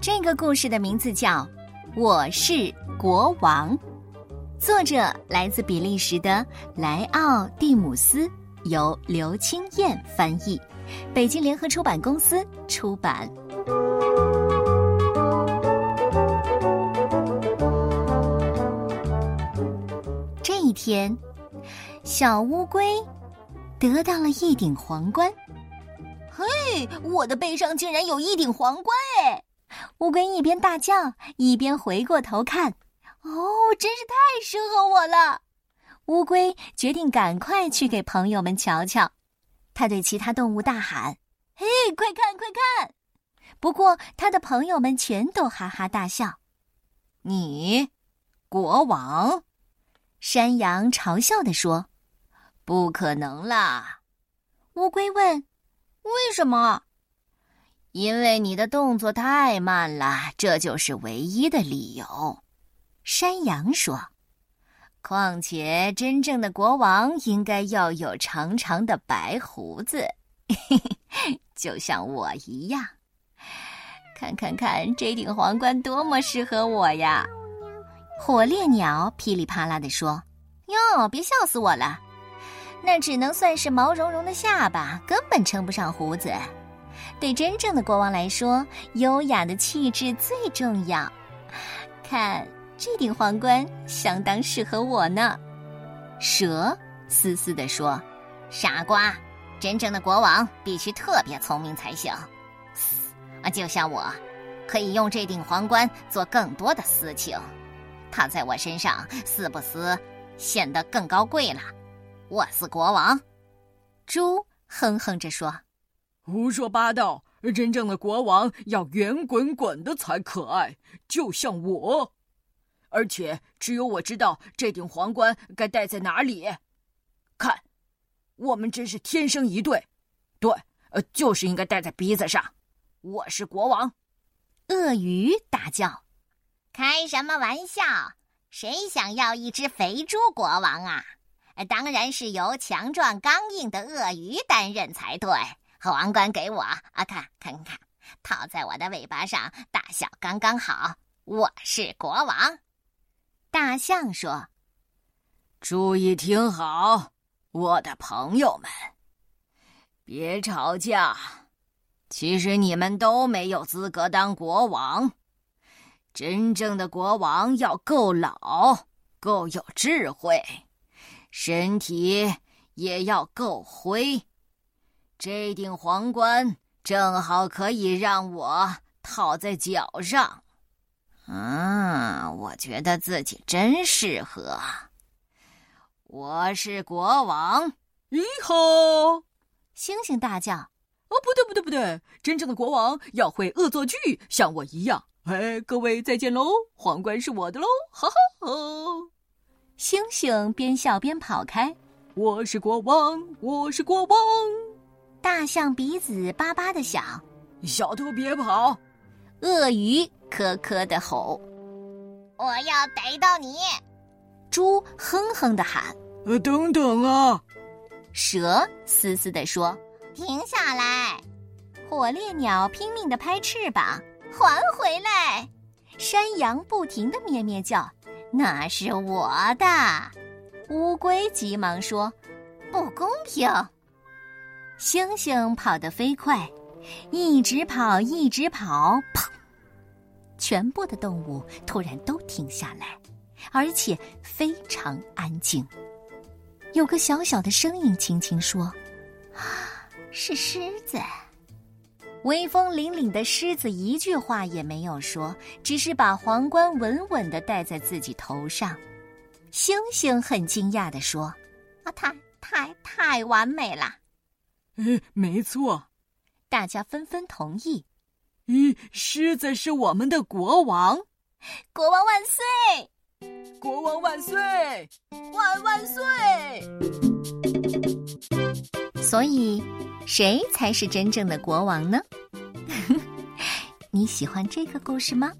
这个故事的名字叫《我是国王》，作者来自比利时的莱奥蒂姆斯，由刘清燕翻译，北京联合出版公司出版。这一天，小乌龟得到了一顶皇冠。嘿，我的背上竟然有一顶皇冠哎！乌龟一边大叫，一边回过头看。哦，真是太适合我了！乌龟决定赶快去给朋友们瞧瞧。它对其他动物大喊：“嘿，快看，快看！”不过，它的朋友们全都哈哈大笑。你，国王？山羊嘲笑地说：“不可能啦！”乌龟问：“为什么？”因为你的动作太慢了，这就是唯一的理由。”山羊说。“况且，真正的国王应该要有长长的白胡子， 就像我一样。看看看，这顶皇冠多么适合我呀！”火烈鸟噼里啪啦地说：“哟，别笑死我了，那只能算是毛茸茸的下巴，根本称不上胡子。”对真正的国王来说，优雅的气质最重要。看，这顶皇冠相当适合我呢。蛇嘶嘶地说：“傻瓜，真正的国王必须特别聪明才行。嘶啊，就像我，可以用这顶皇冠做更多的私情。它在我身上似不似显得更高贵了？我是国王。猪哼哼着说。”胡说八道！真正的国王要圆滚滚的才可爱，就像我。而且只有我知道这顶皇冠该戴在哪里。看，我们真是天生一对。对，呃，就是应该戴在鼻子上。我是国王。鳄鱼大叫：“开什么玩笑！谁想要一只肥猪国王啊？当然是由强壮刚硬的鳄鱼担任才对。”皇冠给我啊！看，看，看，套在我的尾巴上，大小刚刚好。我是国王。大象说：“注意听好，我的朋友们，别吵架。其实你们都没有资格当国王。真正的国王要够老，够有智慧，身体也要够灰。”这顶皇冠正好可以让我套在脚上，啊，我觉得自己真适合。啊我是国王，咦吼！星星大叫：“哦，不对，不对，不对！真正的国王要会恶作剧，像我一样。”哎，各位再见喽，皇冠是我的喽，哈哦哈哈！星星边笑边跑开。我是国王，我是国王。大象鼻子叭叭的响，小偷别跑！鳄鱼咯咯的吼，我要逮到你！猪哼哼的喊，呃，等等啊！蛇嘶嘶的说，停下来！火烈鸟拼命的拍翅膀，还回来！山羊不停的咩咩叫，那是我的！乌龟急忙说，不公平！星星跑得飞快，一直跑，一直跑，砰！全部的动物突然都停下来，而且非常安静。有个小小的声音轻轻说：“啊，是狮子。”威风凛凛的狮子一句话也没有说，只是把皇冠稳稳的戴在自己头上。星星很惊讶的说：“啊，太太太完美了！”嗯，没错，大家纷纷同意。咦，狮子是我们的国王，国王万岁！国王万岁！万万岁！所以， 谁才是真正的国王呢？你喜欢这个故事吗？